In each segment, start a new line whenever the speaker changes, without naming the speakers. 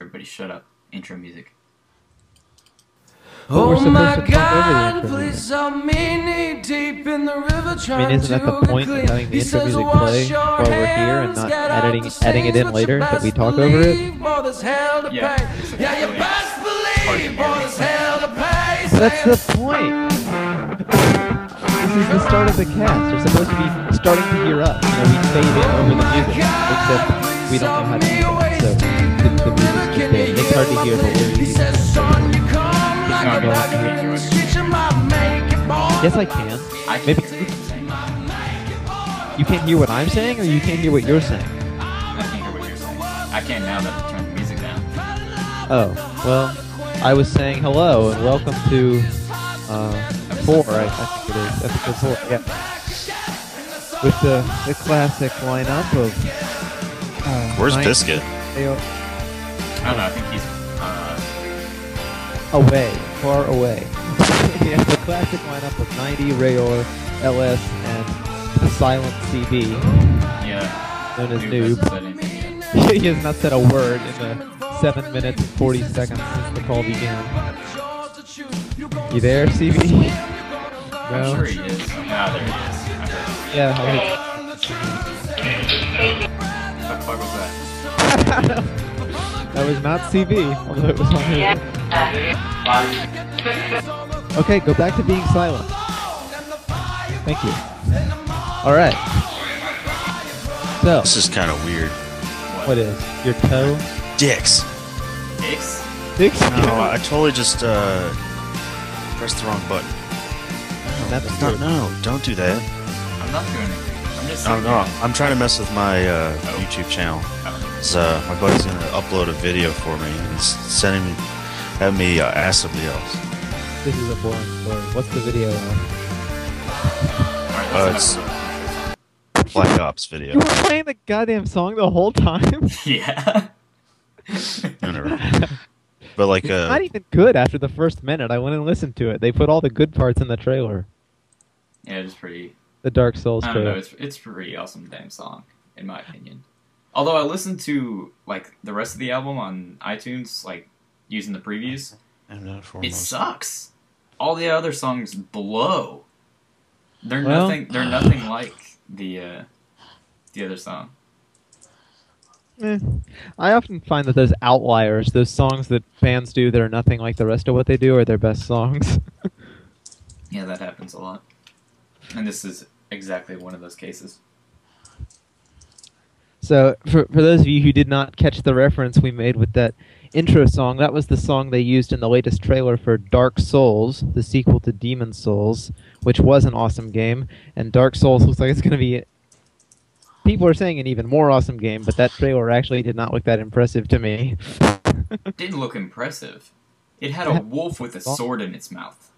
Everybody shut up. Intro music.
But we're
oh
supposed
my
to pump
god,
everything for you.
please I'm in knee deep in the river
I mean,
trying
isn't that
to
the
get
point of
clean.
having the
He
intro
says,
music
"Wash
play
your
while we're here and
hands,
not
get out
editing
the
adding it
stains,
in
but you
later that we
best
talk over it?
believe, boy, there's hell to
Yeah,
pay.
it's
Yeah, you
actually
best believe,
hard to
boy,
hear.
there's hell to pay.
That's the point. This is the start of the cast. You're supposed to be starting to hear us. You know, we fade in
Oh
over the music, except we don't know how to do that. So the, the music's just there. and It's hard to hear the lyrics.
not gonna let you enjoy it.
Yes, I can.
I can
Maybe-
hear what you're saying. I
You can't hear what I'm saying, or you can't hear what you're saying.
can hear what you're saying. I can now that I've turned the music down.
Oh, well, I was saying hello and welcome to uh, four, I, I think it is, episode four, yeah. With the, the classic lineup of. Uh,
Where's
Mike
Biscuit?
Dale-
I don't know. I think he's. Uh,
Away, far away. yeah, the classic lineup of 90, Rayor, LS, and the silent CB,
yeah.
known as
Noob hasn't
Noob.
said anything yet.
he has not said a word in the 7 minutes and 40 seconds since the call began. You there, CB?
I'm sure he is. Ah, there he is. I heard.
Yeah, I heard-
What the fuck was that?
That was not CV, although it was on here. Okay, go back to being silent. Thank you. All right. So,
This is kind of weird.
what is your toe?
Dicks.
Dicks?
Six.
No, I totally just uh, pressed the wrong button.
That's
No,
not
no, don't do that.
I'm not doing it. I'm just.
No, no, I'm trying to mess with my uh,
Oh.
YouTube channel.
Oh,
So my buddy's gonna upload a video for me and he's sending me, having me uh, ask somebody else.
This is a boring story. What's the video on?
Alright,
Uh,
Oh, that's
it's
enough.
Black Ops video.
You were playing the goddamn song the whole time.
Yeah.
No, never mind. But like,
It's not
uh,
even good after the first minute. I went and listened to it. They put all the good parts in the trailer,
Yeah, it's pretty.
the Dark Souls
I don't know.
trailer.
It's it's a pretty awesome damn song, in my opinion. Although I listened to like the rest of the album on iTunes, like using the previews,
I'm not for
it
most-
sucks. All the other songs blow. They're
Well-
nothing. They're nothing like the uh, the other song.
Eh. I often find that those outliers, those songs that bands do that are nothing like the rest of what they do, are their best songs.
Yeah, that happens a lot. And this is exactly one of those cases.
so, for, for those of you who did not catch the reference we made with that intro song, that was the song they used in the latest trailer for Dark Souls, the sequel to Demon Souls, which was an awesome game. And Dark Souls looks like it's going to be. People are saying an even more awesome game, but that trailer actually did not look that impressive to me.
Didn't look impressive. It had a wolf with a sword in its mouth.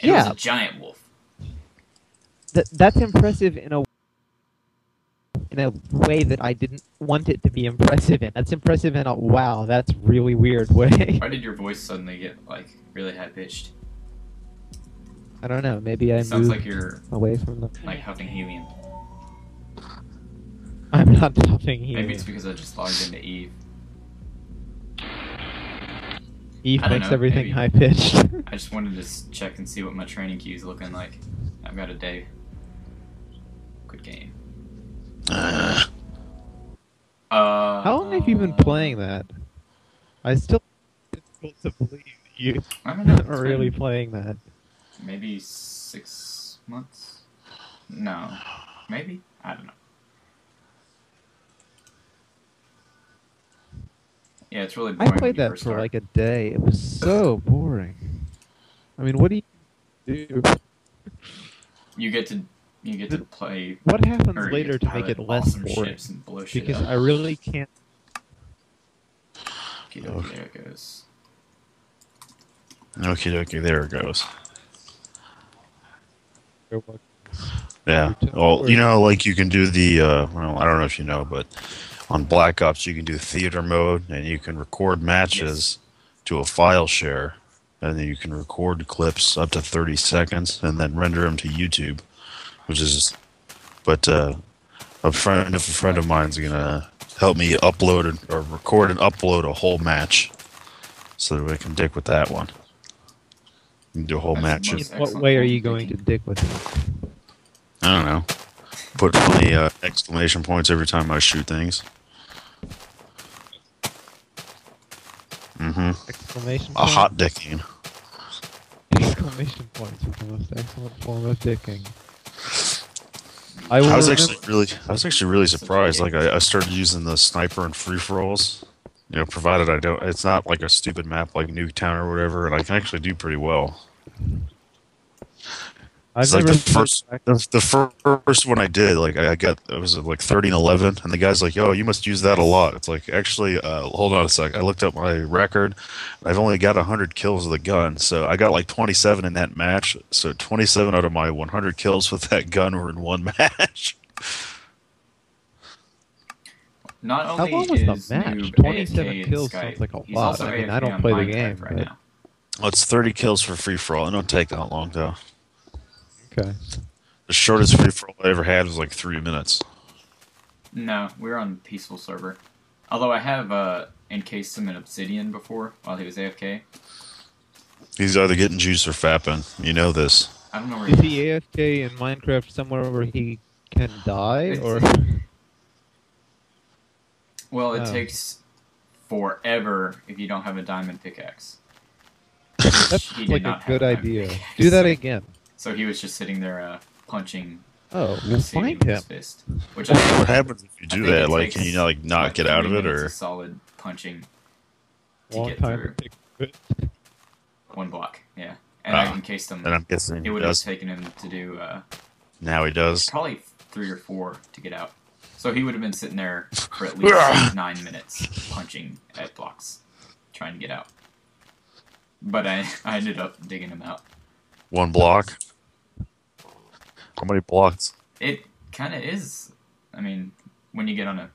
And It was
Yeah.
a giant wolf.
Th- that's impressive in a in a way that I didn't want it to be impressive in. That's impressive in a wow, that's really weird way.
Why did your voice suddenly get like really high pitched?
I don't know. Maybe I
It sounds
moved
like you're
away from the.
like huffing helium.
I'm not puffing here.
Maybe it's because I just logged into E. Eve.
Eve
I don't
makes
know,
everything
maybe.
high pitched.
I just wanted to s- check and see what my training queue's looking like. I've got a day. Good game.
Uh,
Uh,
How long have you been playing that? I still difficult to believe that you
I don't know. it's
are really
been
playing that.
Maybe six months? No. Maybe? I don't know. Yeah, it's really
I
boring.
played
when you
that
first
for
start.
like a day. It was so boring. I mean, what do you do?
You get to you get to play
What happens
or you
later
get
to make
pilot
it less
awesome
boring?
ships and blow shit
Because
up.
I really can't.
Okey
Oh.
dokey, there it goes.
okie dokie, there it goes.
You
Yeah.
took
Well,
over.
you know, like you can do the, uh, well, I don't know if you know, but on Black Ops, you can do theater mode and you can record matches to a file share. And then you can record clips up to 30 seconds and then render them to YouTube, which is, but uh, a friend if a friend of mine's gonna help me upload and, or record and upload a whole match, so that we can dick with that one. We can do a whole
That's the
match. of-
most-
What
Excellent.
way are you going to dick with it?
I don't know. Put funny uh, exclamation points every time I shoot things. Mm-hmm.
Exclamation
A
point?
hot dicking.
Exclamation points are the most excellent form of dicking. I, will
I was
remember-
actually really, I was actually really surprised. Like I, I started using the sniper and free for alls. You know, provided I don't, it's not like a stupid map like Nuketown or whatever, and I can actually do pretty well.
I've
it's like
never
the first, the, the fir- first one I did, like I I got, it was like 13, 11, and the guy's like, "Yo, you must use that a lot." It's like, actually, uh, hold on a sec. I looked up my record. I've only got 100 kills with the gun, so I got like 27 in that match. So 27 out of my 100 kills with that gun were in one match.
Not
How
only
long was the
is
match?
Noob
27
AFK in
kills
Skype,
sounds like a
he's
lot.
also
I mean, I
AFK
don't
on
play the
Minecraft
game,
right
but-
now.
Well, it's 30 kills for free for all. It don't take that long though.
Okay.
The shortest free for all I ever had was like three minutes.
No, we're on peaceful server. Although I have uh, encased him in obsidian before while he was AFK.
He's either getting juice or fapping. You know this.
I don't know where
Is
he
he AFK in Minecraft somewhere where he can die?
It's-
Or
Well, it
Oh.
takes forever if you don't have a diamond pickaxe.
that's
He did
like
not
a
have
good
time.
idea. Do that again.
So he was just sitting there uh, punching
Oh, we'll
obsidian
find
with
him.
his fist. Which I
What happens if
I
you do
think
that?
it
Like,
takes,
can you like not
like,
get out of
three
it,
minutes
or
solid punching to
Long
get
time.
through
to take-
one block? Yeah, and
Ah.
I encased him.
and I'm guessing
It
he
would have
does.
taken him to do uh,
Now he does.
probably three or four to get out. So he would have been sitting there for at least nine minutes punching at blocks, trying to get out. But I, I ended up digging him out.
One block. How many blocks?
It kind of is. I mean, when you get on a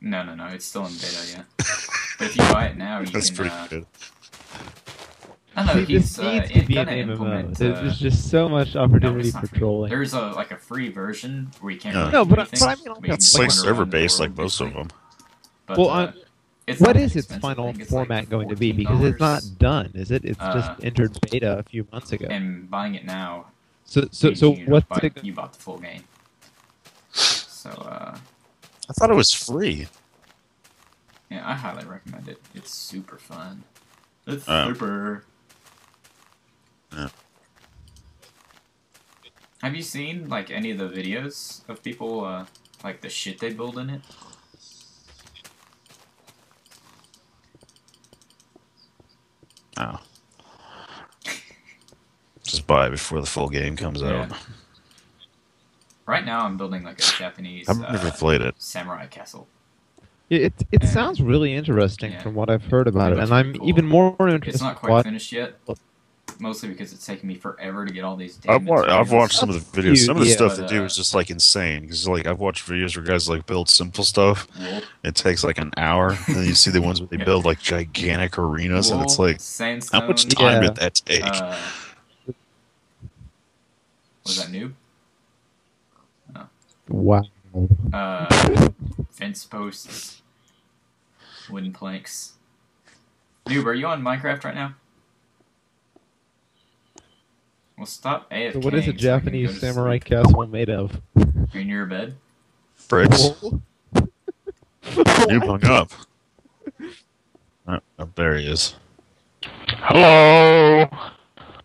No, no, no. It's still in beta, yeah. but if you buy it now, you
That's
can.
pretty
uh,
good.
I don't know.
See, this
He's uh,
needs to be an
gonna
MMO.
implement.
There's
uh,
there's just so much
no,
opportunity
it's not
for
free.
trolling.
There's a like a free version where you can't.
Yeah.
really
No,
do
but I-
anything,
but I mean,
but you can
It's
just
like
wander around
server
the
based, like
world,
most of
basically.
them.
But,
Well,
uh,
I'm-
it's
what
not
is its
expensive. I
final
think it's like
format going to be? Because it's not
$14.
done, is it? It's
Uh,
just entered beta a few months ago.
And buying it now,
so, so,
means
so
you
what's
buy,
it?
you bought the full game. So uh,
I thought it was free.
yeah, I highly recommend it. It's super fun. It's
Oh.
super.
Yeah.
Have you seen like any of the videos of people uh, like the shit they build in it?
Oh. Just buy it before the full game comes
Yeah.
out.
Right now, I'm building like a Japanese
I've
uh,
never played it.
samurai castle.
It it, it
Yeah.
sounds really interesting
Yeah.
from what I've heard about it,
looks
and I'm
pretty cool.
even more interested.
It's not
in
quite
what-
finished yet, mostly because it's taking me forever to get all these. damn
I've, wa- I've
materials.
watched some of the videos. Some of the
Yeah,
stuff
but,
they do
uh,
is just like insane. Because like I've watched videos where guys like build simple stuff.
Wolf,
It takes like an hour, and then you see the ones where they
Yeah.
build like gigantic arenas, and it's
wool,
like,
sandstone.
how much time
Yeah.
did that take?
Uh, was that noob?
Wow.
Uh, fence posts, wooden planks. Noob, are you on Minecraft right now? Well, stop AFK.
So what is a Japanese samurai castle made of?
In your bed.
Bricks. You hung up. Uh, oh, there he is.
Hello.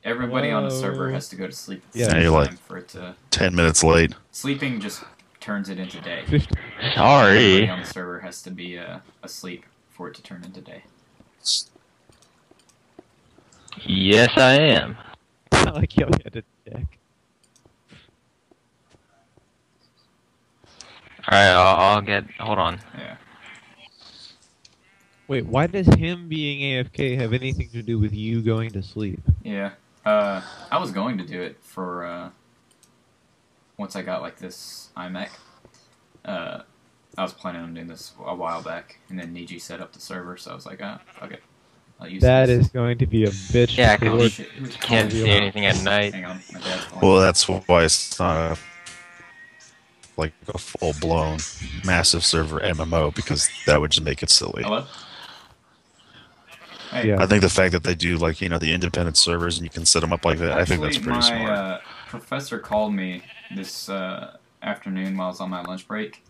Everybody on the server
Whoa.
has to go to sleep. at the
Yeah.
same
Yeah, you're like-
time for it to
Ten minutes late.
sleeping just turns it into day. Everybody
Sorry.
on the server has to be uh, asleep for it to turn into day.
Yes, I am.
I like how we had to check.
All right, I'll, I'll get. Hold on.
Yeah.
Wait, why does him being AFK have anything to do with you going to sleep?
Yeah. Uh, I was going to do it for uh, once I got like this iMac. Uh, I was planning on doing this a while back, and then Niji set up the server, so I was like, ah, fuck it. I'll use
That
this.
is going to be a bitch.
Yeah,
to
I
Oh,
Lord.
shit. Who's
Can't
calling me?
see anything at night.
Hang on, my dad's calling.
Well, that's why it's not a, like a full blown massive server MMO because that would just make it silly.
Hello. Hey,
Yeah.
I think the fact that they do like you know the independent servers and you can set them up like that, I think that's
Actually,
pretty
my,
smart.
Uh, professor called me this uh, afternoon while I was on my lunch break,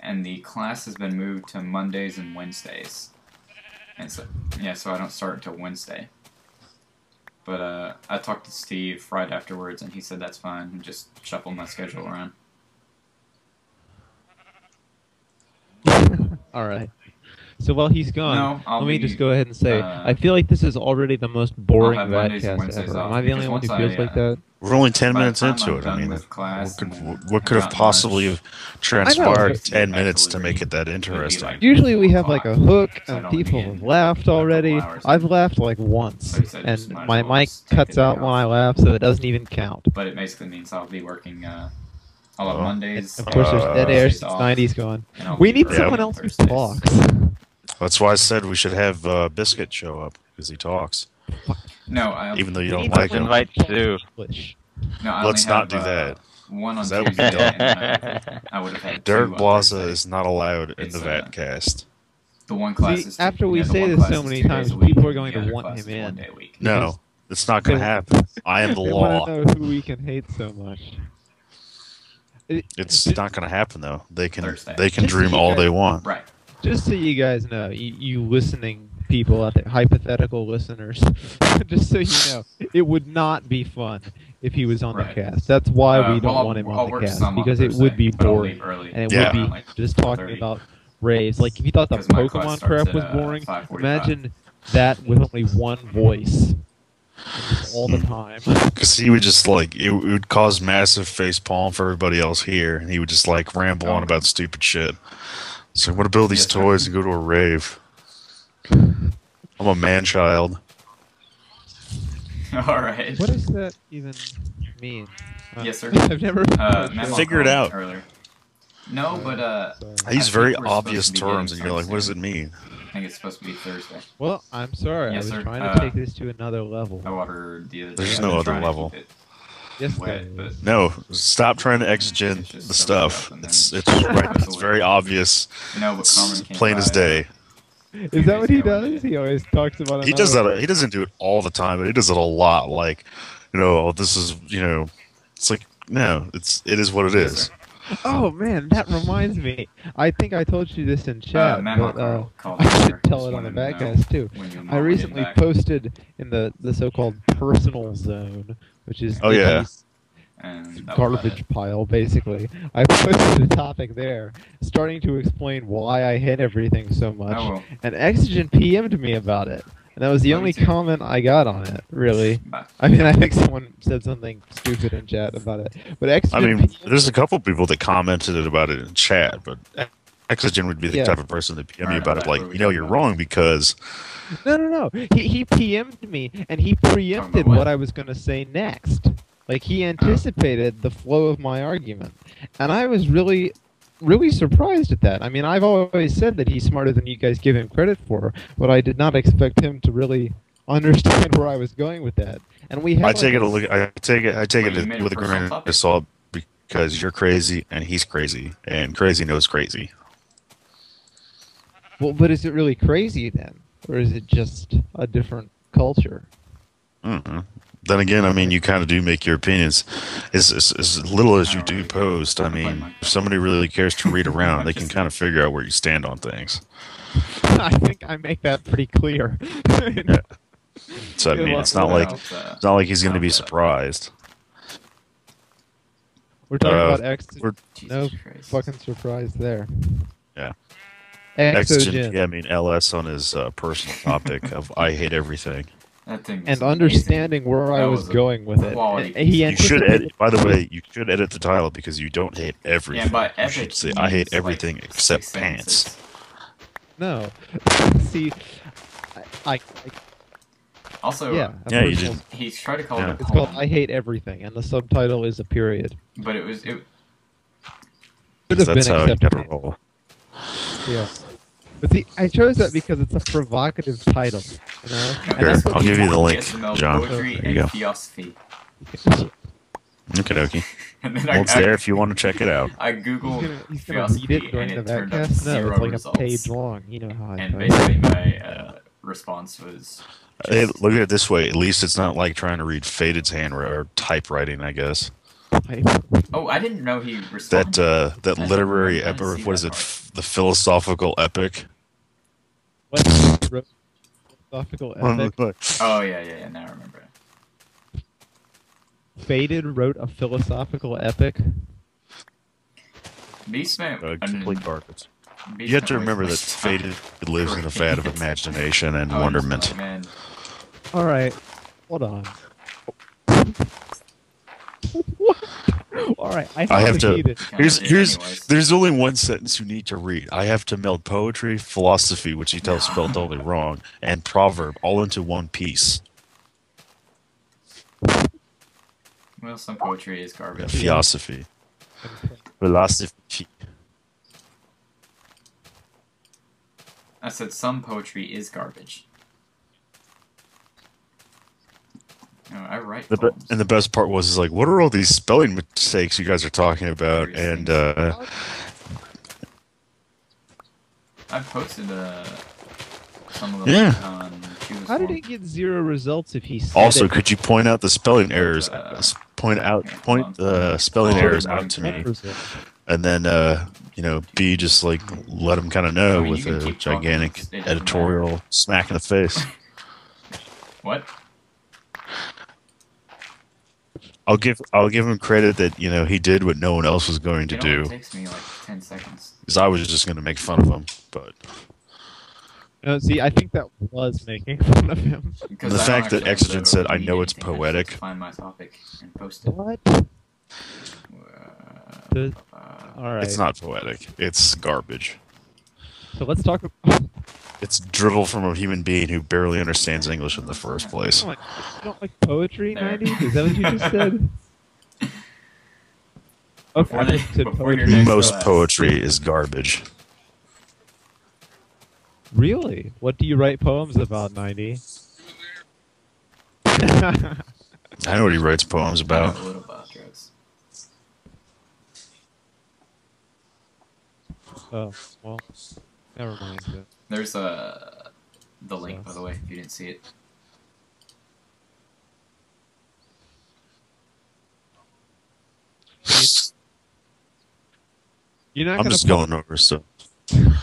and the class has been moved to Mondays and Wednesdays. And so, yeah, so I don't start until Wednesday. But uh, I talked to Steve right afterwards, and he said that's fine. and Just shuffle my schedule around.
All right. So while he's gone,
No, I'll
let me
be,
just go ahead and say
uh,
I feel like this is already the most boring
I'll have Mondays and
Vadcast
Wednesdays
ever.
off,
Am I the
because
only one who
once
feels
I,
like
uh,
that?
We're only ten
By the
minutes
time
into
I'm
it.
done
I mean,
with class
what could
and uh,
what- what could have
about lunch,
possibly have
but-
transpired ten
Actually,
minutes to make it that
like-
interesting?
Usually we have
Well,
like
I-
a hook
so I
and
don't
people
begin
have laughed
for a couple
already.
hours.
I've laughed like once,
So you said just
and
might as
my
well
mic
just take
cuts
it
out
off.
when I laugh, so it doesn't even count.
But it basically means I'll be working. Uh, I'll have
Well,
And
Mondays.
of course, there's dead air
Wednesdays
since
off,
'90s gone.
and I'll
We
be
need
early
someone
on
else who
Thursdays.
talks.
That's why I said we should have uh, Biscuit show up because he talks,
No, I
even though you
We
don't
need someone
like him.
who
Invite
talks
Sue.
English.
No, I
Let's
only
not
have,
do
uh,
that.
One on
That would be
Tuesday,
dumb.
and I, I would have had
Dirt
two on
Blaza
Thursday.
is not allowed in
It's,
the
uh,
Vatcast.
the one class.
See,
is two-
after we
yeah, the
say
one
this so
class is
many
two
times,
days a week,
people are
and the
going to
other
want
class
him
is one
in.
day a week.
No, it's not going to
They-
happen. I am the
They want
law.
to know who we can hate so much. It-
It's
just,
not going to happen though. They can
Thursday.
they can
Just
dream
you
all
guys-
they want.
Right.
just so you guys know, you, you listening people out there, hypothetical listeners, just so you know, it would not be fun if he was on
Right.
the cast. That's why
Uh,
we don't
well, I'll-
want him
I'll
on the
work
cast
some on
because it would be
Thursday, but I'll
boring
leave early.
and it
Yeah.
would be
Around, like,
just talking
4:30.
about raves. Like if you thought the
'Cause my class
Pokemon
starts
crap
at,
was
uh,
boring,
5:45.
imagine that with only one voice just all the time.
Because he would just like it, would cause massive face palm for everybody else here, and he would just like ramble on about stupid shit. So I'm gonna build these
Yes, sir.
toys and go to a rave. I'm a man child.
All right.
What does that even mean? Uh,
Yes, sir.
I've never.
Uh,
Sure.
Menlo
Figure it
called
out.
Earlier. No, but uh,
Sorry.
I use
think
very
we're supposed
obvious
to be getting
terms, and you're like, what does it mean?
I think it's supposed to be Thursday.
Well, I'm sorry.
Yes,
I
sir.
was trying to
Uh,
take this to another level.
I watered the other.
There's
day. I've
no
been
other
trying to
level.
keep it
yes,
Wet,
sir.
but
No, stop trying to exgen
It's just
the
so rough
stuff.
and then-
It's it's right. It's very obvious.
no, but
It's
Carmen came
plain as
by,
day.
Is that what he
Yeah, we
does?
did.
He always talks about.
He
another
does
one.
that. He doesn't do it all the time, but he does it a lot. Like, you know, oh, this is you know, it's like no, it's it is what it is.
Oh man, that reminds me. I think I told you this in
Uh,
chat,
Menlo
but uh,
called
I
earlier.
should tell
Just
it on the
wanted
back
to know
guys too.
when your mom would
I
get
recently
back,
posted in the the so-called personal zone, which is
Oh, yeah.
Italy's
and that was about it.
garbage pile, basically. I posted a topic there, starting to explain why I hate everything so much,
Oh, well.
and Exogen PM'd me about it, and that was the
Oh,
only
you too.
comment I got on it. Really,
Bye.
I mean, I think someone said something stupid in chat about it, but Exogen.
I mean,
PM'd
there's a couple people that commented about it in chat, but Exogen would be the
Yeah.
type of person to PM you
Alright,
about
alright,
it. Like,
where
you
we
know,
going
you're
with
wrong because
No, no, no. He he PM'd me and he preempted
what?
what I was going to say next. Like he anticipated the flow of my argument, and I was really, really surprised at that. I mean, I've always said that he's smarter than you guys give him credit for, but I did not expect him to really understand where I was going with that. And we had
I
like,
take it a look. I take it. I take
Well, you made
it
a
with a
personal
grain
topic.
of salt because you're crazy and he's crazy and crazy knows crazy.
Well, but is it really crazy then, or is it just a different culture?
hmm Then again, I mean, you kind of do make your opinions. As, as, as little as you do post, I mean, if somebody really cares to read around, they can kind of figure out where you stand on things.
I think I make that pretty clear.
So I
Yeah,
mean,
well,
it's not
What
like
else, uh,
it's not like he's going to be surprised.
We're talking
Uh,
about X.
we're-
No
Jesus Christ.
fucking surprise there.
Yeah.
Exogen.
Exogen, yeah, I mean LS on his uh, personal topic of I hate everything.
That thing was
And
amazing.
understanding where I
That
was,
was a
going with it.
quality
And he
You should
anticipated-
edit. By the way, you should edit the title because you don't hate everything.
Yeah, but
you
epic.
should say I
means,
hate
like,
everything
six
except
sentences.
pants.
No. See, I, I, I
Also,
yeah. a
Yeah, you
personal-
did.
he tried to call
Yeah.
it a
It's called
poem,
"I Hate Everything," and the subtitle is a period.
but it was it.
Could
'Cause
have
That's
been
how you
accepted.
gotta roll.
Yeah. But the, I chose that because it's a provocative title. You know? And
Sure.
that's
what
I'll
we
give you the
want,
link,
ASML
John.
Poetry
There you
and
go.
Theosophy.
Okay, dokie.
And then
Well, it's
I,
there if you want to check it out.
I googled
He's gonna, he's gonna read
Theosophy
it during
and
the
it turned up
podcast. No,
zero
it's like
results.
a page long. You know how I
And
feel.
basically my uh, response was
Hey, look at it this way. At least it's not like trying to read Faded's handwriting or typewriting, I guess.
Oh, I didn't know he responded.
That uh, that
Oh, I
literary
didn't see
epic. What
that
is it?
part.
F- The philosophical epic.
What wrote philosophical
Uh,
epic?
Oh yeah, yeah, yeah. Now I remember. it.
Faded wrote a philosophical epic.
Beast Man.
Uh,
I mean, Oh,
complete darkness.
Beast
You have
Man
to
always
remember that
likes-
Faded lives in a fad of imagination and
Oh,
wonderment.
oh, man.
All right, hold on. what? All right, I,
I have to.
succeeded.
Here's
Yeah,
here's
anyways.
there's only one sentence you need to read. I have to meld poetry, philosophy, which he tells spelled totally wrong, and proverb all into one piece.
Well, some poetry is
Yeah,
garbage.
Theosophy, philosophy.
I said some poetry is garbage. No, Oh, I write
The be-
poems.
and the best part was is like, what are all these spelling mistakes you guys are talking about? And uh,
I posted uh, some of them
Yeah.
on Choose
How did
One.
he get zero results if he said
also,
it?
could you point out the spelling errors?
Uh,
s- point out
yeah,
point the spelling
Oh,
errors
yeah.
out to me,
Result.
and then uh, you know, B just like let him kind of
I
know
mean, you
with
can
a
keep talking,
gigantic
it's- it doesn't matter.
editorial smack in the face.
What?
I'll give I'll give him credit that you know he did what no one else was going to
You know, It
do
takes me like ten seconds.
because I was just going to make fun of him. But
No, see, I think that was making fun of him.
Because
The
I don't
fact that
actually have
Exigent
to
said, "I
read
know it's
anything, I just
poetic."
Find my topic and post it.
What?
Uh,
The-
uh,
All right.
it's not poetic. It's garbage.
So let's talk. About,
It's drivel from a human being who barely understands English in the first place.
you don't like- Oh you don't like poetry,
There.
ninety? Is that what you just said? Okay.
Before
I
they-
just said
before your
poetry.
next-
Most poetry is garbage.
Really? What do you write poems about, ninety?
I know what he writes poems
I
about.
know a little about drugs.
oh well, never mind. then.
There's uh, the link, by the way, if you didn't see it.
You're not
I'm
gonna
just
pause-
going over stuff. Dum,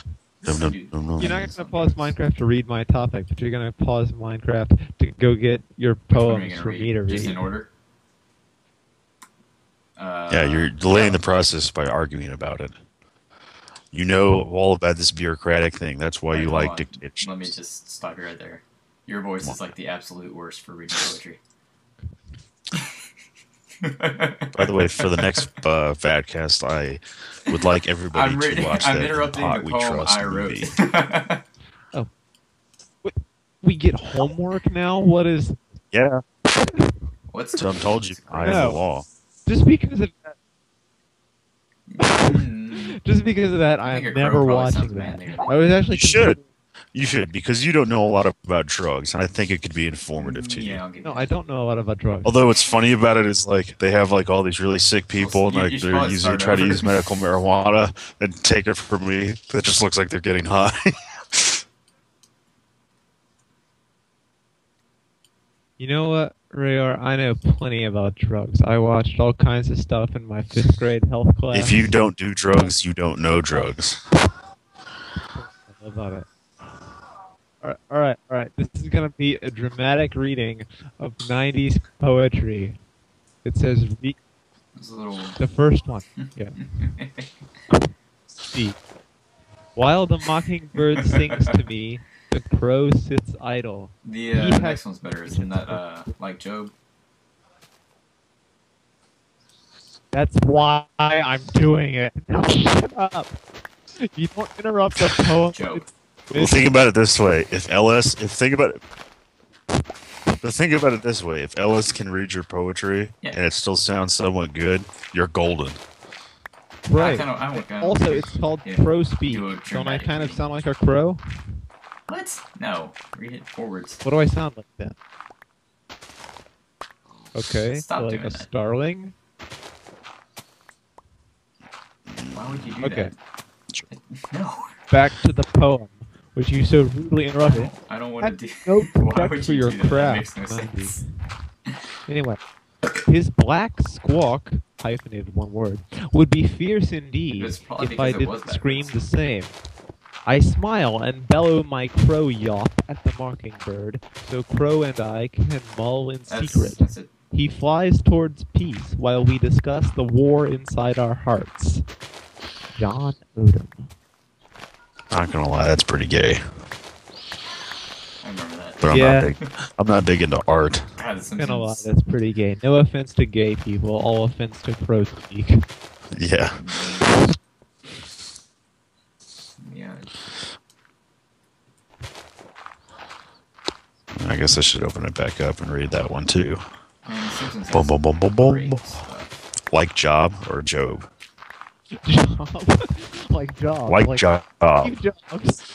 dum,
Dude,
dum, dum.
You're not gonna pause Minecraft to read my topic, but you're gonna pause Minecraft to go get your
Which one are you gonna
poems Oh, for me to
Just in
read.
order. Uh,
Yeah, you're delaying the process by arguing about it. You know all about this bureaucratic thing. That's why
Wait,
you
hold
like
on.
dictation.
Let me just stop you right there. Your voice is like the absolute worst for reading poetry.
By the way, for the next uh, Vadcast, I would like everybody
I'm
to
reading.
watch
I'm
that
interrupting
Pot
the
We
poem
Trust
I wrote.
movie.
We get homework now. What is
Yeah,
What's
so I told you, I
No.
am the law.
just because of that,
Mm,
just because of that? I
think a
am
crow
never
probably
watching
sounds
that.
manlier than-
I was actually
You should. You should because you don't know a lot about drugs, and I think it could be informative to you.
Yeah, I'll give
No,
you
I don't know a lot about drugs.
Although what's funny about it is like they have like all these really sick people, and
you-
like
you should
they're
probably
using
start
try to
over.
use medical marijuana and take it from me. That just looks like they're getting high.
you know what, Rayar? I know plenty about drugs. I watched all kinds of stuff in my fifth grade health class.
if you don't do drugs, you don't know drugs.
I love it. All right, all right, all right. This is going to be a dramatic reading of 90s poetry. It says re-
It was a little.
the first one. Yeah. B. While the mockingbird sings to me, the crow sits idle.
The uh,
He had-
next one's better, isn't that? Uh, like Job.
That's why I'm doing it. Now shut up. You don't interrupt the poem.
Job.
Well, think about it this way: if LS, if think about it, but think about it this way: if LS can read your poetry
Yeah.
and it still sounds somewhat good, you're golden.
I
Right.
kind of I don't kinda-
Also, it's called
Yeah.
Pro Speak.
Do a
Don't I
dramatic
kind of
reading.
sound like a crow?
what? No, read it forwards.
What do I sound like then? Okay,
Stop
like
doing
a
that.
starling.
Why would you do
Okay.
that? No,
Back to the poem, which you so rudely interrupted.
I don't want to do.
No
Why
respect
would
for
you
your
do that? That
craft,
makes no
Bundy.
sense.
Anyway, his black squawk, hyphenated one word, would be fierce indeed
It's probably
if I
because it was
didn't scream the
backwards.
same. I smile and bellow my crow yawp at the mockingbird, so crow and I can mull in
That's,
secret.
that's it.
He flies towards peace while we discuss the war inside our hearts. John Odom.
Not gonna lie, that's pretty gay.
I remember that.
But I'm
Yeah.
not big. I'm not big into art.
God, the
Been a lot.
Simpsons.
That's pretty gay. No offense to gay people. All offense to pro speak.
Yeah.
Yeah.
I guess I should open it back up and read that one too.
Man, the Simpsons has
Boom, boom, boom, boom, boom.
great stuff.
Like Job or Job.
Job. like job.
Like, Job.
few jobs.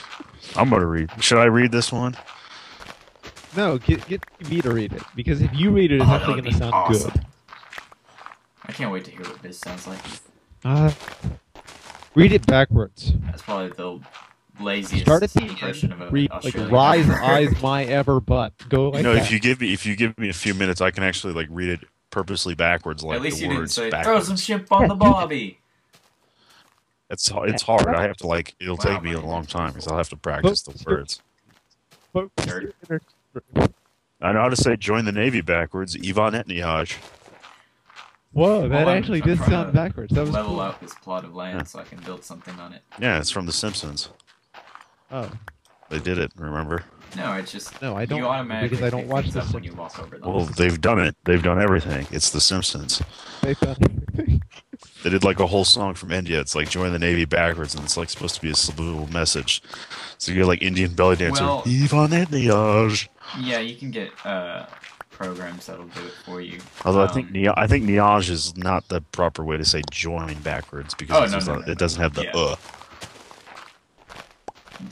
I'm gonna read. Should I read this one?
No, get get me to read it because if you read it, it's
Oh, that
actually
would
going
be
to sound
awesome.
good.
I can't wait to hear what this sounds like.
Uh, read it backwards.
That's probably the laziest
Start at the
impression of a
end. Read like
Australian
rise
accent.
eyes my ever butt. Go like
you know,
that.
if you give me if you give me a few minutes, I can actually like read it purposely backwards, like
At least
the
you didn't
words
say throw
backwards.
some shit on the bobby.
It's it's hard. I have to like it'll
Wow,
take me a
man.
long time because I'll have to practice the
Oops.
words.
Focus
Nerd.
your inner-
I know how to say "join the navy" backwards. Ivan Etnihaj.
Whoa, that
Well, I'm-
actually
I'm
did
trying
sound
to
backwards. That was
Level
cool.
out this plot of land so I can build something on it.
Yeah, it's from The Simpsons.
Oh
They did it. Remember?
No, it's just
no, I don't
you automatically
because I don't
pick
watch
things
the
up when you
Simpsons.
walk over them.
Well, they've done it. They've done everything. It's The Simpsons.
They've done everything.
They did like a whole song from India. It's like "join the navy" backwards, and it's like supposed to be a subliminal message. So you're like Indian belly dancer.
Well-
Ivan Etnihaj.
yeah, you can get uh, programs that'll do it for you.
Although I
Um,
think Nia- I think Niaj is not the proper way to say join backwards because
Oh,
it's
no,
just
no,
not-
no,
it doesn't have the
yeah.
uh.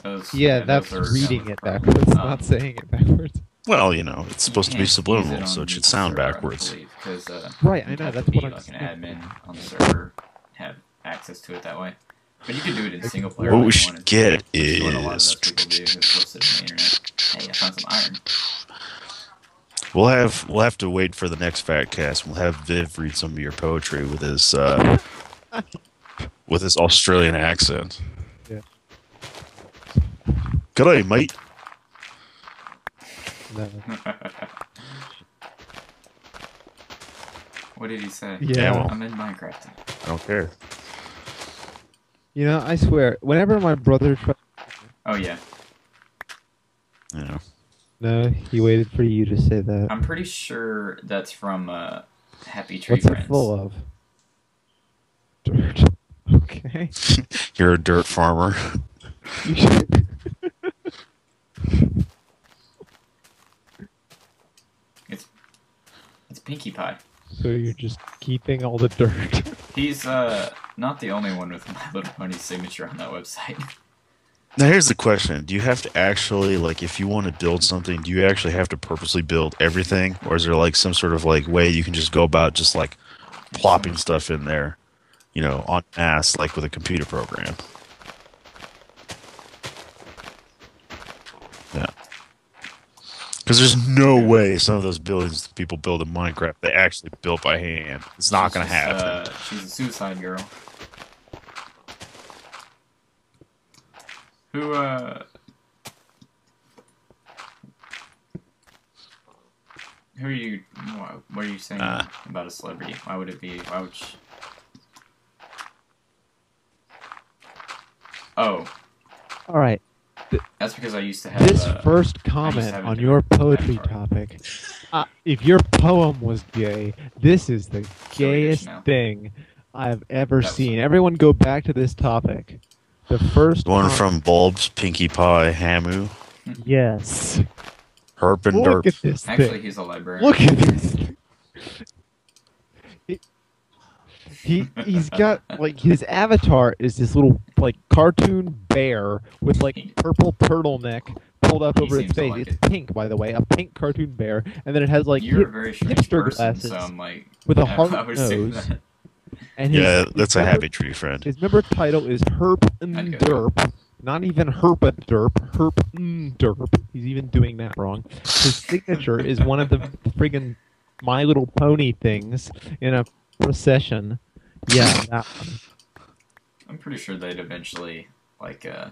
those,
Yeah, that's
those are
reading
kind
it
of programs.
backwards,
Um,
not saying it backwards.
Well, you know, it's supposed to
you
be
can't use it
subliminal,
on
so it should
the
sound
server,
backwards.
Because uh,
Right, I
you'd
know,
have to
that's
be
what I'm
like an
saying.
admin on the server, have access to it that way. But you could do it in single player.
What
if
we
you
should
wanted to.
get
Which is what a lot of those
is-
people do who post it on the internet. Hey, I found some iron.
We'll have we'll have to wait for the next fat cast. We'll have Viv read some of your poetry with his uh, with his Australian accent.
Yeah.
G'day, mate.
No.
What did he say?
Yeah.
well-
I'm in Minecraft.
I don't care.
You know, I swear, whenever my brother tried
Oh yeah,
You know,
No, he waited for you to say that.
I'm pretty sure that's from uh, Happy Tree
What's it
Friends.
full of? Dirt. Okay.
you're a dirt farmer.
You should-
It's it's Pinkie Pie.
so you're just keeping all the dirt.
He's uh not the only one with My Little Pony signature on that website.
Now here's the question: Do you have to actually like, if you want to build something, do you actually have to purposely build everything, or is there like some sort of like way you can just go about just like plopping stuff in there, you know, on mass like with a computer program? Yeah, because there's no way some of those buildings that people build in Minecraft they actually built by hand. It's not
She's
gonna
just,
happen.
Uh, she's a suicide girl. Who uh Who are you? wha- What are you saying
Uh.
about a celebrity? Why would it be? Why would? She... Oh,
All right.
that's because I used to have.
This
uh,
first
just
comment
have a
on
different
your poetry
avatar.
topic. Uh, if your poem was gay, this is the gayest
now.
thing I've ever
That was-
seen. Everyone go back to this topic. The first
The one
com-
from Bulbs, Pinkie Pie, Hamu,
Yes.
Herp and
Look
Derp.
at this thing.
Actually, he's a librarian.
Look at this. He he's got like his avatar is this little like cartoon bear with like purple turtleneck pulled up
He
over
seems
its
to
face.
like
it's
it.
pink, by the way, a pink cartoon bear, and then it has like
You're a
hip-
very strange
hipster
person,
glasses
so I'm like,
with a
yeah,
hard
I would assume
nose.
that.
and his,
Yeah,
his
that's a
member-
happy tree friend.
His member title is Herp and
I'd go.
Derp. Not even Herp and Derp. Herp and Derp. He's even doing that wrong. His signature is one of the friggin' My Little Pony things in a procession. Yeah, that one.
I'm pretty sure they'd eventually like uh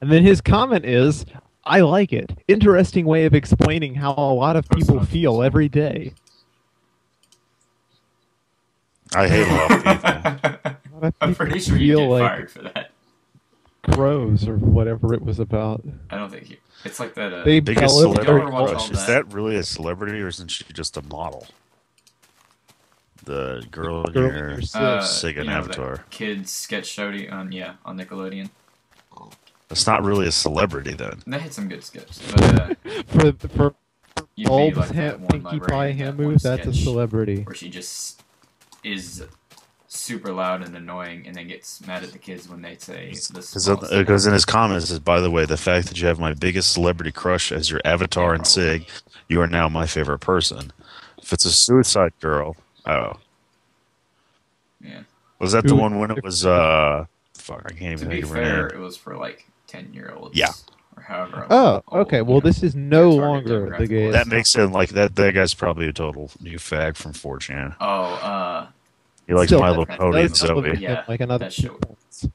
And then his comment is, I like it. Interesting way of explaining how a lot of people feel every day.
I hate a lot of people.
A lot of
I'm
people
pretty sure you
feel
get
like
fired for that.
crows or whatever it was about.
I don't think you, it's like that. Uh,
They
Biggest
bellow at their
celebrity
Don't watch all
crush. Is
that.
that really a celebrity or isn't she just a model? The girl in
girl in
your
your suit.
uh,
Sega
you know, that
Avatar.
kids sketch show to- on yeah on Nickelodeon.
It's not really a celebrity then.
They had some good skits, but uh,
for for
you'd be
bulbs,
like
ha-
that one
pinky
librarian
pie
in that
hand
one
move. That's a
sketch
celebrity.
Where she just is super loud and annoying, and then gets mad at the kids when they say this.
Because in his comments, it says, by the way, the fact that you have my biggest celebrity crush as your avatar and Sig, you are now my favorite person. If it's a suicide girl, oh.
Yeah.
Was that the
Who-
one when it was, uh, fuck, I can't
To
even
be
think of her name.
fair, it was for like ten year olds.
Yeah.
Or however.
Oh,
old,
okay.
you know.
Well, this is no
Target
longer the
demographic.
gay.
That makes it like that. That guy's probably a total new fag from 4chan.
Oh, uh,
He likes
Still,
My
that
Little
does
Pony and
elevate
Zoe.
Yeah,
like another
that shit
two points.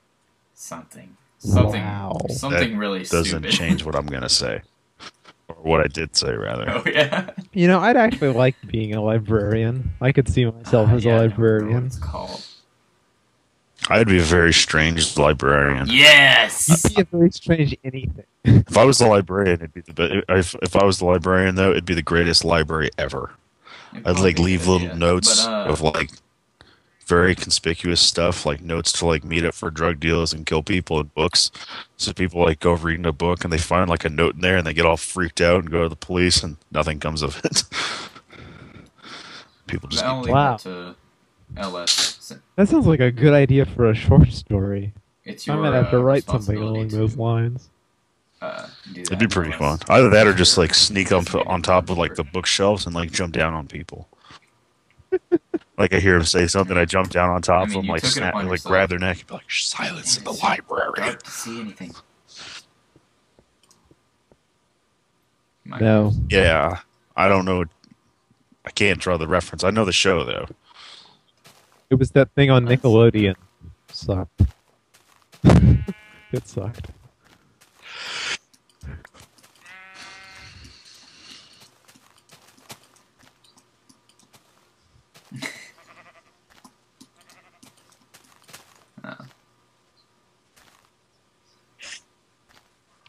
something, something,
Wow.
something really
Doesn't
stupid.
change what I'm gonna say, or what I did say rather.
Oh yeah.
You know, I'd actually like being a librarian. I could see myself
Ah,
as
yeah, I
a
don't know what
librarian.
it's called.
I'd be a very strange librarian.
Yes.
You'd be a very strange anything.
If I was the librarian, it'd be the be- if if I was the librarian though, it'd be the greatest library ever. I'd like leave little notes
But, uh,
of like very conspicuous stuff, like notes to like meet up for drug deals and kill people and books. So people like go reading a book and they find like a note in there and they get all freaked out and go to the police and nothing comes of it. people just
uh, I only
Wow.
went to LS.
That sounds like a good idea for a short story.
It's
I
your.
might have to
uh,
write something
responsibility
along
to,
those lines.
Uh, do
it'd
that
be pretty fun.
unless-
Either that or just like sneak up
Just make
on
it
top of like
awkward.
the bookshelves and like jump down on people. like I hear him say something, I jump down on
mean,
top of them,
you
like
took it
snap,
upon
like
yourself.
grab their neck, and be like, "Silence in the library."
Dark to see anything. My
No.
Yeah, I don't know. I can't draw the reference. I know the show though.
It was that thing on Nickelodeon. Sucked. it sucked.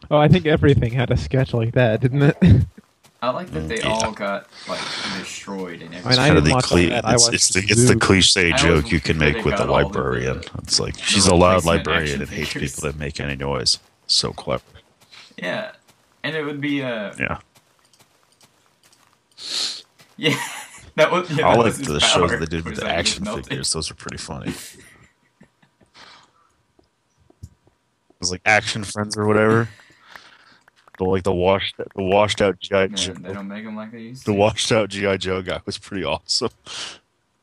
Oh, I think everything had a sketch like that, didn't it?
I like that they
Mm, Yeah.
all got like destroyed and
mean,
everything.
I
Kinda
didn't
the
watch all
cle-
that. I
it's,
watched
it's the,
the
it's the
Zoo.
cliche
I always
joke you
wondered
can
where
make
they
with the
got all the-
librarian. it's like
the
she's a loud
replacement action
librarian and hates
figures.
people that make any noise. So clever.
yeah, and it would be uh
Yeah,
yeah. That was yeah,
I
that
like
was his
the shows
power,
they did with
was
the
that he
action
melted.
figures. Those were pretty funny. It was like action friends or whatever. The like the washed the washed out GI Joe.
Man, they don't make them like they used
The
to.
washed out GI Joe guy was pretty awesome.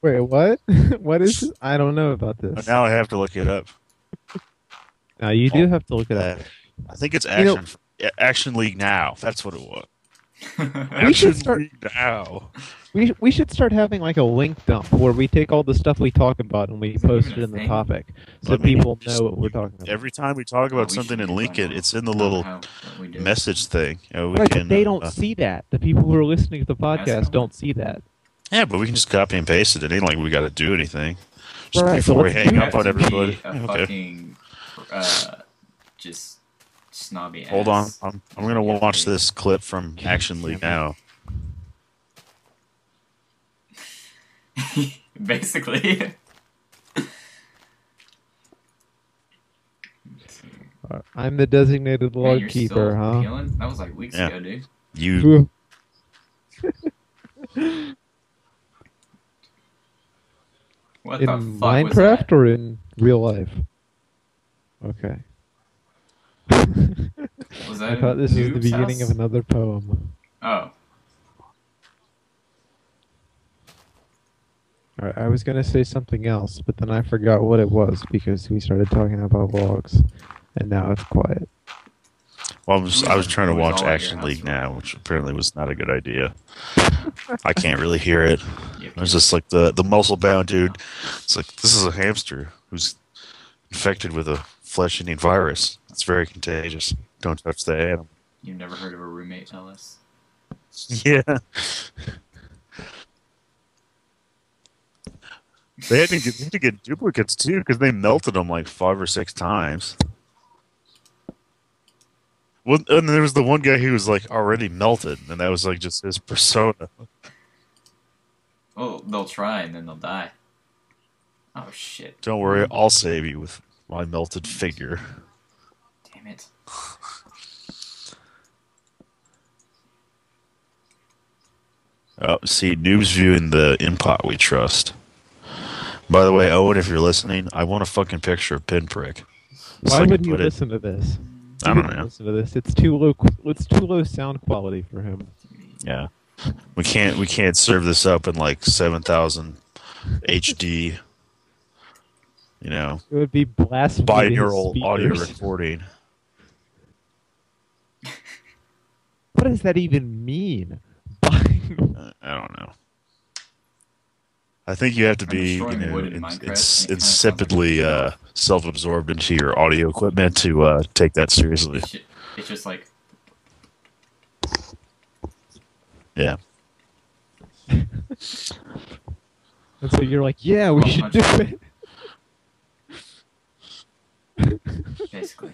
Wait, what? what is? this? I don't know about this.
But Oh, now I have to look it up.
Now you do have to look it up.
Uh, I think it's
You know-
action yeah, Action League Now. That's what it was.
We
Action
should start-
League Now.
We we should start having like a link dump where we take all the stuff we talk about and we
Is that
post it
even a
in the
thing?
topic so
Let me
people
just-
know what we're talking about.
Every time we talk
Well,
about
we
something
should
and
do
link
that
it,
now.
it's in the
I don't know
little
how- what we do.
message thing. and we
Right, but
can,
they
uh,
don't see that. The people who are listening to the podcast
them.
don't see that.
yeah, but we can just copy and paste it. It ain't like we got to do anything. Just
Right, so
before we
let's
hang
do
have
up on
to be
everybody.
A
Yeah, Okay.
fucking uh, just snobby.
Hold on.
ass.
I'm, I'm going to watch this clip from Action League Now.
Basically.
Uh, I'm the designated
Man,
log
you're
keeper,
still
huh?
peeling? That was like weeks
Yeah.
ago, dude.
You.
What
in
the fuck was that?
Minecraft or in real life? Okay.
Was that
I thought this was the
Noob's
beginning
Uh, house?
of another poem.
Oh,
All right, I was gonna say something else, but then I forgot what it was because we started talking about logs, and now it's quiet.
Well, I was, I was trying to
Who's
watch
all at your
Action
house?
League now, which apparently was not a good idea. I can't really hear it.
yep.
It's just like the the muscle bound dude. It's like this is a hamster who's infected with a flesh eating virus. It's very contagious. Don't touch the animal.
You've never heard of a roommate, Ellis?
Yeah. They had to get, they had to get duplicates too because they melted them like five or six times. Well, and there was the one guy who was like already melted, and that was like just his persona.
Oh, they'll try and then they'll die. Oh shit!
Don't worry, I'll save you with my melted figure.
Damn it!
Oh, see, noobs viewing the impot we trust. By the way, Owen, if you're listening, I want a fucking picture of Pinprick. So
Why
I can
wouldn't you
put it-
listen to this?
I
You
don't
wouldn't
know.
Listen to this. It's too low. qu- It's too low sound quality for him.
Yeah, we can't we can't serve this up in like seven thousand HD. You know,
It would be blasphemy. to his
binaural audio
speakers.
recording.
What does that even mean? Binaural.
Uh, I don't know. I think you have to be you
destroying
know,
wood in
in-
Minecraft, and
ins-
it kinda sounds like-
insipidly uh, self-absorbed into your audio equipment to uh, take that seriously.
Shit. It's just like
Yeah.
And so you're like, yeah, we
Well,
should
punch
do it.
basically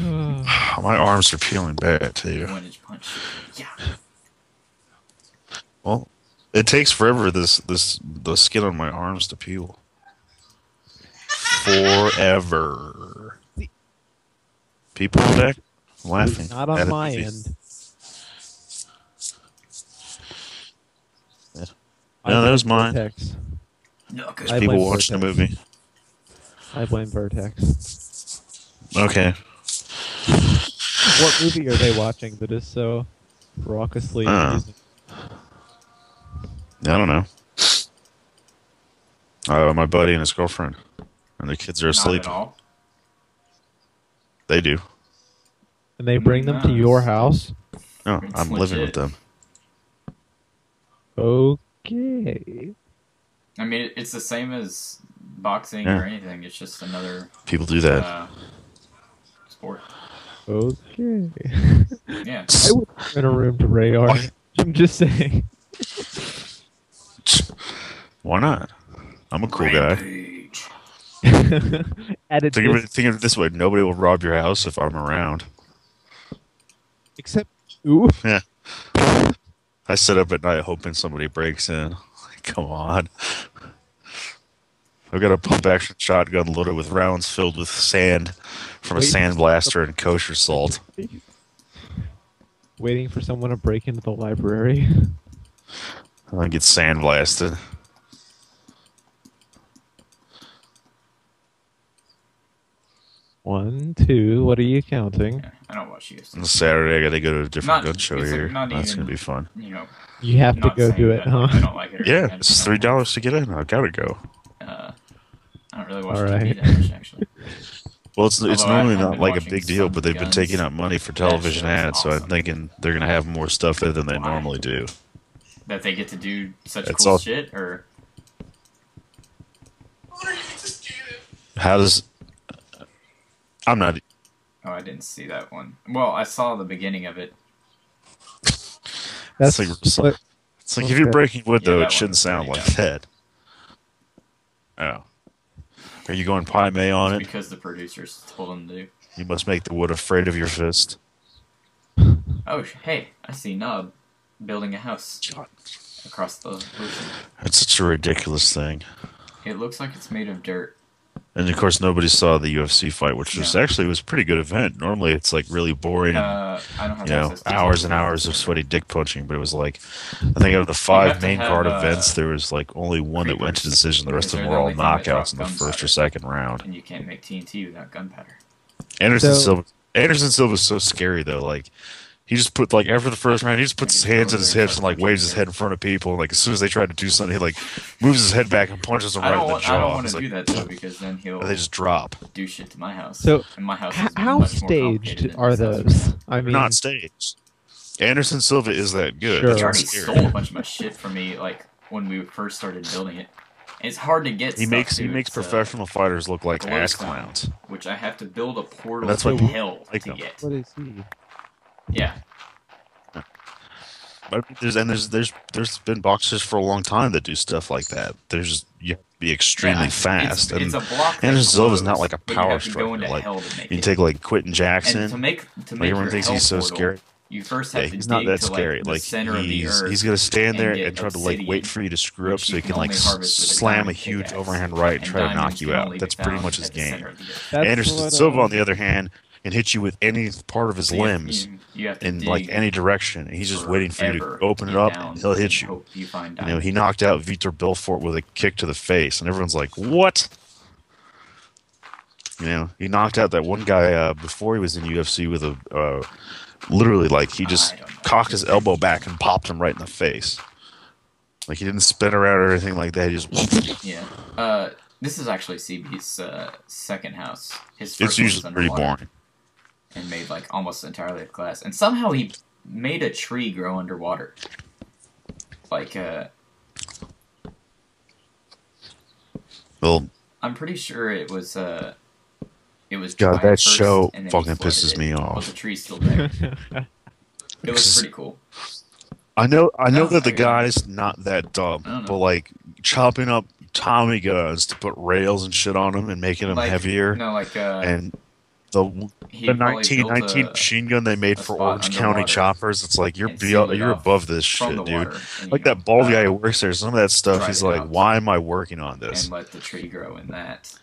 My arms are peeling bad too.
one inch punch. Yeah.
Well, it takes forever this this the skin on my arms to peel. Forever. People back laughing.
Not
at
on
it.
my end.
Yeah.
I
No, that
blame
was mine.
Vertex.
No good.
I-
People
blame
watching a
Vertex.
movie.
I blame Vertex.
Okay.
What movie are they watching that is so raucously?
Uh.
amusing?
I don't know. Uh, my buddy and his girlfriend. And the kids are
Not
asleep.
at all.
They do.
And they bring them to
Nice.
your house.
No,
It's
I'm living with
legit.
them.
Okay.
I mean, it- it's the same as boxing
Yeah.
or anything. It's just another
People do that.
uh, sport.
Okay.
Yeah.
I would in a room to Ray Arden. I'm just saying.
Why not? I'm a cool guy.
Rampage.
At a
Think of, it,
dis-
think of it this way: nobody will rob your house if I'm around.
except ooh,
Yeah. I sit up at night hoping somebody breaks in. Come on. I've got a pump action shotgun loaded with rounds filled with sand from a
Wait.
sand blaster and kosher salt.
waiting for someone to break into the library.
I get sand blasted.
One, two. What are you counting?
Yeah, I don't watch UFC.
On Saturday, I got to go to a
Not-
different gun show
it's like
here.
not
That's
even-
going to be fun.
You know,
You have to
not
go
saying
do
that
it, huh?
I don't like it. or
Yeah,
anything, I
it's
just
three
don't-
dollars to get in. I gotta go.
Uh, I don't really watch
All
TV
right.
that much, actually.
Well, it's it's
Although I
normally
have
not
been
like a
watching
big deal,
some
but they've been
guns.
taking out money for television
show's
ads, so I'm
awesome.
thinking they're gonna have more stuff there than they
Why?
normally do.
That they get to do such
It's
cool
all-
shit, or
How does? I'm not.
oh, I didn't see that one. Well, I saw the beginning of it.
That's
It's like, it's like-
what-
it's like if you're
Okay.
breaking wood,
Yeah,
though,
that
it shouldn't
one's
sound
pretty
like that. Oh, are you going pie may on it?
because the producers told him to do.
You must make the wood afraid of your fist.
Oh, sh- hey, I see Nub building a house
God,
across the ocean.
that's such a ridiculous thing.
It looks like it's made of dirt.
And of course, nobody saw the UFC fight, which was
No.
actually was a pretty good event. Normally, it's like really boring, and,
Uh, I don't have
you know,
access to
hours and hours of sweaty dick punching. But it was like, I think out of the five
have to
main
have,
card
uh,
events, there was like only one that went to
creepers,
decision. The rest
because
of
they're
them were
the
all
only thing that drop
knockouts in the
guns
first
out.
or second round.
And you can't make TNT without gunpowder.
Anderson
So-
Silva. Anderson Silva's so scary though. Like he just put like after the first round, he just puts his hands in his hips and like waves his head in front of people. And, like as soon as they try to do something, he like moves his head back and punches them
I
right
don't,
in the
want, I don't
jaw.
want
It's
to do
like,
that though because then he'll
they just drop.
do shit to my house.
So,
and my house.
H-
is
how
much more complicated
staged
than
are
his house.
those? I mean,
Not staged. Anderson Silva is that good.
Sure.
That's
He
what's
already
scary.
stole a bunch of my shit from me, like when we first started building it. And it's hard to get.
He
stuff,
makes he
dude,
makes
so-
professional fighters look like
Glow
ass
stone.
clowns.
which I have to build a portal
That's
to
what-
hell
like
to
them.
get.
What is he?
Yeah,
But there's and there's there's there's been boxers for a long time that do stuff like that. There's you have to be extremely
Yeah, it's-
fast and
It's, a block. that
Anderson Silva's not
glows,
like a
but you
power
have to go
striker,
into
like,
hell to make
You
it.
take like Quentin
and to
Jackson.
make to make
Like everyone
your
thinks
hell
he's so
portal,
scary.
You first have
Yeah,
to
he's
dig
not that
to
scary.
like the
Like
center of the
he's
earth.
he's gonna stand
and
there
get
and try to like
obsidian,
wait for you to screw up
which
so
you
he
can
can like
only
s-
harvest with a
slam a
diamond
huge
pickaxe.
overhand right and
and
try to knock
diamonds
you
can
out.
only be
That's pretty
found
much his
at the
game.
center of the earth.
That's
Anderson
what,
Silva,
uh,
on the other hand, can hit you with any part of his
So you-
limbs
you- you have to
in like
dig
any direction. and He's just waiting for you to
forever,
open it
dig
up
down,
and he'll hit
and
you.
hope you find
You know,
diamonds.
he knocked out Vitor Belfort with a kick to the face, and everyone's like, "What?" You know, he knocked out that one guy uh, before he was in UFC with a, uh, literally like he just
I don't know.
cocked his elbow back and popped him right in the face. Like he didn't spin around or anything like that. He just
Yeah. Uh, this is actually CB's uh, second house. His first
it's
one
usually
was
pretty
underwater
boring.
And made like almost entirely of glass. And somehow he made a tree grow underwater. Like, uh,
Well,
I'm pretty sure it was. Uh, it was.
God,
dry
that
at first,
show
and then he
fucking
flooded
pisses
it.
me off.
But the tree's still there. it was pretty cool.
I know, I know
Oh,
that the
okay.
guy's not that dumb,
I don't know.
but like chopping up Tommy guns to put rails and shit on them and making them
Like,
heavier,
No, like uh,
and the
he
the
probably uh,
1919
built a-
machine gun they made
a
for
spot
Orange County
underwater
choppers. It's like you're
and
be-
sealed it
you're
off
above this
from
shit,
the
dude.
water. and,
Like
you
that bald guy
uh,
who works there. Some of that stuff,
dried
he's
it
like,
out.
why am I working on this?
and let the tree grow in that,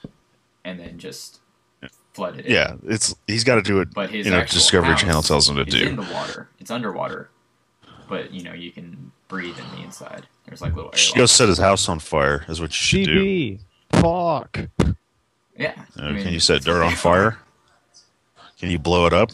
and then just flooded it.
Yeah, it's he's got to do it.
But his
you know,
actual
Discovery
house
Channel tells him to
is in
do.
the water. It's underwater, but you know you can breathe in the inside. There's like little
You should go
airlocks.
set his house on fire. Is what you should do.
CB, talk.
Yeah.
Uh,
I mean,
can you set
it's what
dirt
they
on
are.
fire? Can you blow it up?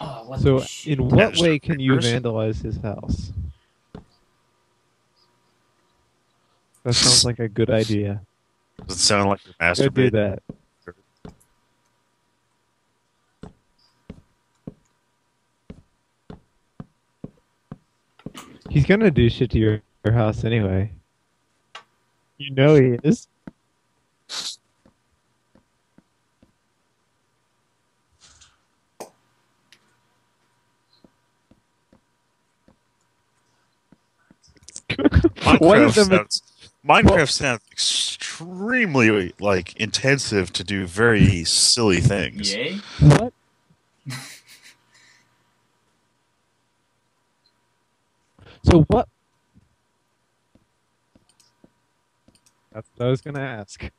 Oh, what
So,
the shit?
in what
Yeah,
way can you
sure.
vandalize his house? That sounds like a good idea.
Does it sound like
Go
you're
do
masturbating?
that. He's gonna do shit to your, your house anyway. You know he is. One
Minecraft
of them
sounds, Minecraft sounds extremely like intensive to do very silly things.
Yay!
What? so what? That's what I was gonna ask.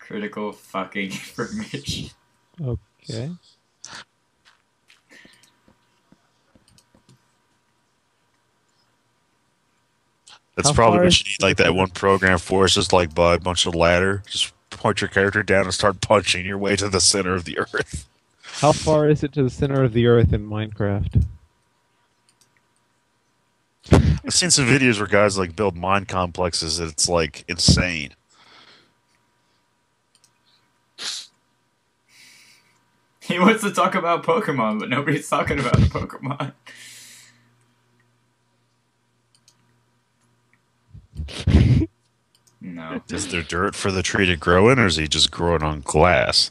Critical fucking information.
Okay.
That's
How
probably
far
what
is-
you need like that one program for. It's just like buy a bunch of ladder, just point your character down and start punching your way to the center of the earth.
How far is it to the center of the earth in Minecraft?
I've seen some videos where guys like build mine complexes and it's like insane.
He wants to talk about Pokemon, but nobody's talking about Pokemon. no.
Is there dirt for the tree to grow in or is he just growing on glass?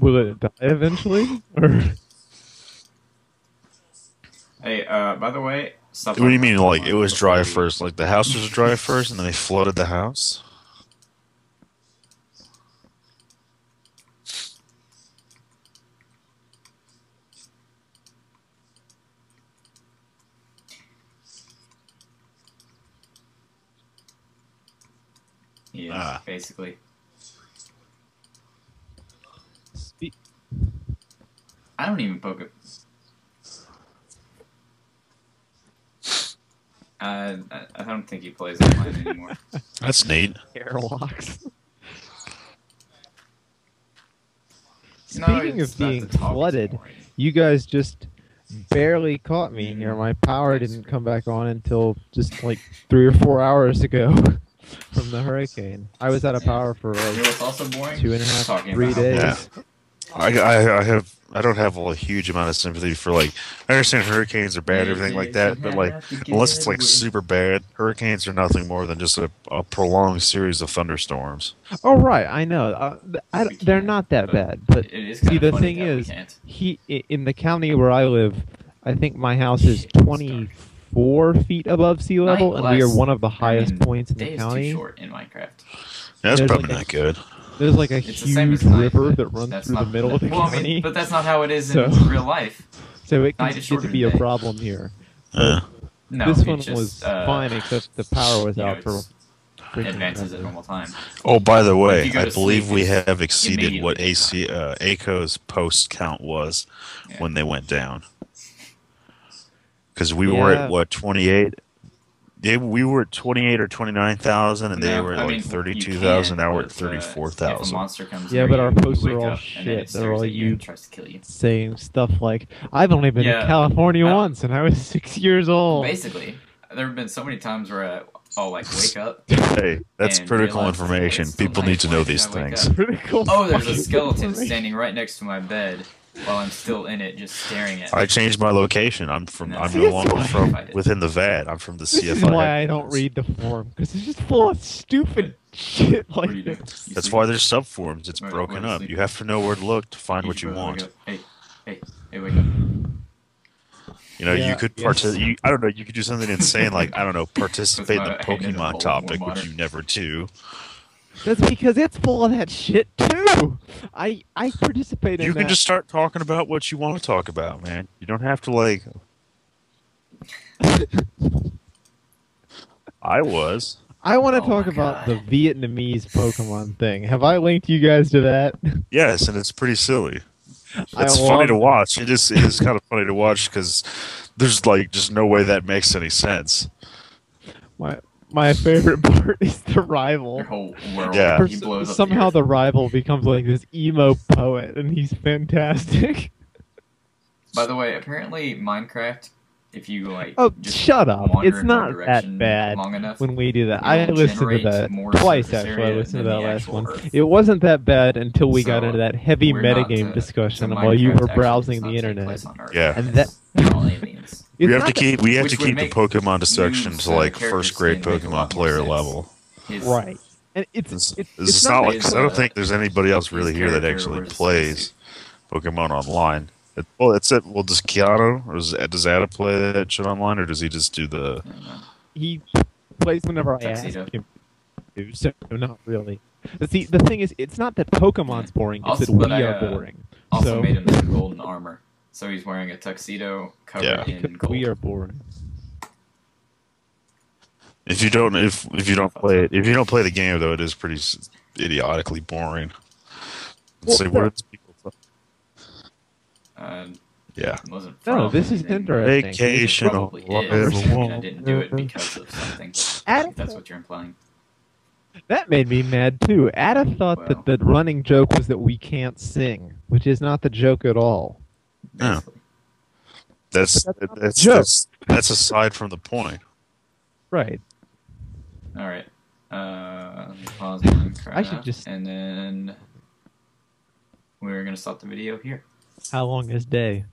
Will it die eventually? or
Hey, uh, by the way, stuff.
What do you
like
mean?
that
Like
come
it
up
was
before
dry
you-
first? Like the house was dry first, and then they flooded the house?
Yeah,
Ah.
basically.
Spe-
I don't even poke it. Uh, I- I don't think he plays online anymore.
That's neat.
airlocks.
No,
Speaking
it's
of
not the
being
talk, it's the
flooded,
boring.
you guys just barely caught me here. My power didn't come back on until just like three or four hours ago from the hurricane. I was out of power for
You know
like
what's also boring?
two and a half,
Talking
three
about how
days.
Yeah. I, I, I have I don't have a huge amount of sympathy for like I understand hurricanes are bad and everything like that, but like unless it's like super bad, hurricanes are nothing more than just a, a prolonged series of thunderstorms.
Oh right, I know. Uh, th- I,
We
they're
can't,
not that
but
bad, but
it is
see
kinda
the
funny
thing
that we
is,
can't.
he i- in the county where I live, I think my house is
Shit, it's dark.
24 feet above sea level, and we are
less-
one of the highest
mean,
points in
day
the
is
county.
too short in Minecraft.
That's
There's
probably
like a-
not good.
There's like a
It's the same
huge
as night,
river
but
that runs
that's
through the
not-
middle of the
well, I mean,
county,
but that's not how it is in
So-
real life.
so it
night
can
is
get
shorter
to
than
be a
day.
problem here.
Yeah.
No,
this
it
one
just,
was
uh,
fine, except the power was
you know,
out for
it's-
freaking
advances at
forever.
normal time.
Oh, by the
If you
way,
go
I
to
believe
sleep,
we
it's
have exceeded what
immediately
AC uh, ACO's post count was
Yeah.
when they went down. Because we were
Yeah.
at what twenty eight. They, we were at twenty eight or twenty nine thousand, and they
No,
were at
I
like
mean, you
thirty two thousand.
can,
Now we're at
but, uh,
thirty four
If a
thousand.
monster comes
Yeah,
near
but
you,
our
you
posts are
wake
all
up, and then
shit.
it
They're
stares
all
at you
you-
and tries to kill you.
Saying stuff like, "I've only been
Yeah.
to California
Uh,
once, and I was six years old."
Basically, there have been so many times where I, I'll like wake up.
Hey, that's
and
critical
realize,
information.
"Oh, it's so
People
nice.
need to
Why
know
did
these
I wake
things.
up?"
Pretty cool
Oh, there's a
fucking
skeleton
information.
standing right next to my bed while I'm still in it, just staring at
I
me.
changed my location. I'm from.
No.
I'm no longer
Yes,
from
I did.
within the VAT. I'm from the
This
CFI.
is why I don't
headquarters.
read the form because it's just full of stupid shit
What do you
like
do? You
this.
That's
sleep?
why there's subforms. It's
Right,
broken
right,
up.
sleep.
You have to know where to look to find what
should
you
probably
want.
wake up. Hey, hey, hey, wake up.
You know,
Yeah,
you could
yes.
participate. You, I don't know. You could do something insane, like I don't know, participate in the
That's not- I know the
Pokemon
whole
topic,
water.
which you never do.
That's because it's full of that shit too. I I participate in
You
that.
can just start talking about what you want to talk about, man. You don't have to like. I was.
I want to
Oh
talk
my
about the
God.
Vietnamese Pokemon thing. Have I linked you guys to that?
Yes, and it's pretty silly.
I
It's funny
love-
to watch. It is. It is kind of funny to watch because there's like just no way that makes any sense.
My my favorite part is the rival.
Your whole world.
Yeah.
He
Pers-
blows up
somehow
the,
the rival becomes like this emo poet, and he's fantastic.
earth. By the way, apparently Minecraft, if you like,
Oh,
just
shut up!
wander
It's
in one
not
direction
that bad.
Long enough.
when we do that.
It'll
I listened to
generate
that
more
twice
surface
actually. I
area
listened to
than
that
the
last
actual
one.
Earth.
It wasn't that bad until we got
So,
into that heavy
We're not
metagame
to-
discussion
to
while you
Minecraft
were
actually,
browsing
it's
the
not take
internet.
place on Earth.
Yeah.
And that-
They're all aliens.
It's
we have
not
to keep. We have
Which
to
would
keep the
make
Pokemon dissection
you
to like
character
first grade
skin make a
Pokemon
lot more
player
sense.
level.
that-
His-
right. And it's
It's,
it's,
it's, not, like
his,
I don't
uh,
think there's anybody else really
his
here that
character
actually
was-
plays Pokemon online. It, well, that's it. Well, does Keanu or is, does Ada play that shit online, or does he just do the?
I don't know.
he plays whenever I ask
Tuxedo.
him. to, So not really. But See, the thing is, it's not that Pokemon's boring; it's
Also,
that we
but I,
are
uh,
boring.
Also
so
made him some golden armor, so he's wearing a tuxedo covered
Yeah.
in
because
gold.
we are boring.
If you don't, if if you don't play it, if you don't play the game though, it is pretty s- idiotically boring.
Well,
Say, what
no.
is people talk-
Uh,
Yeah,
wasn't
No,
from
this is
anything.
interesting.
vacation.
Probably
on
is. I, mean, I
Wild
didn't do it
Mhm.
because of something. If
Adam-
that's what you're implying.
That made me mad too. Ada thought that
Wow.
the running joke was that we can't sing, which is not the joke at all.
Yeah.
basically.
That's
But that's not
that's,
the joke.
that's that's aside from the point.
Right.
All right. Uh, let me pause Minecraft.
I should just-
and then we're gonna stop the video here.
How long is day?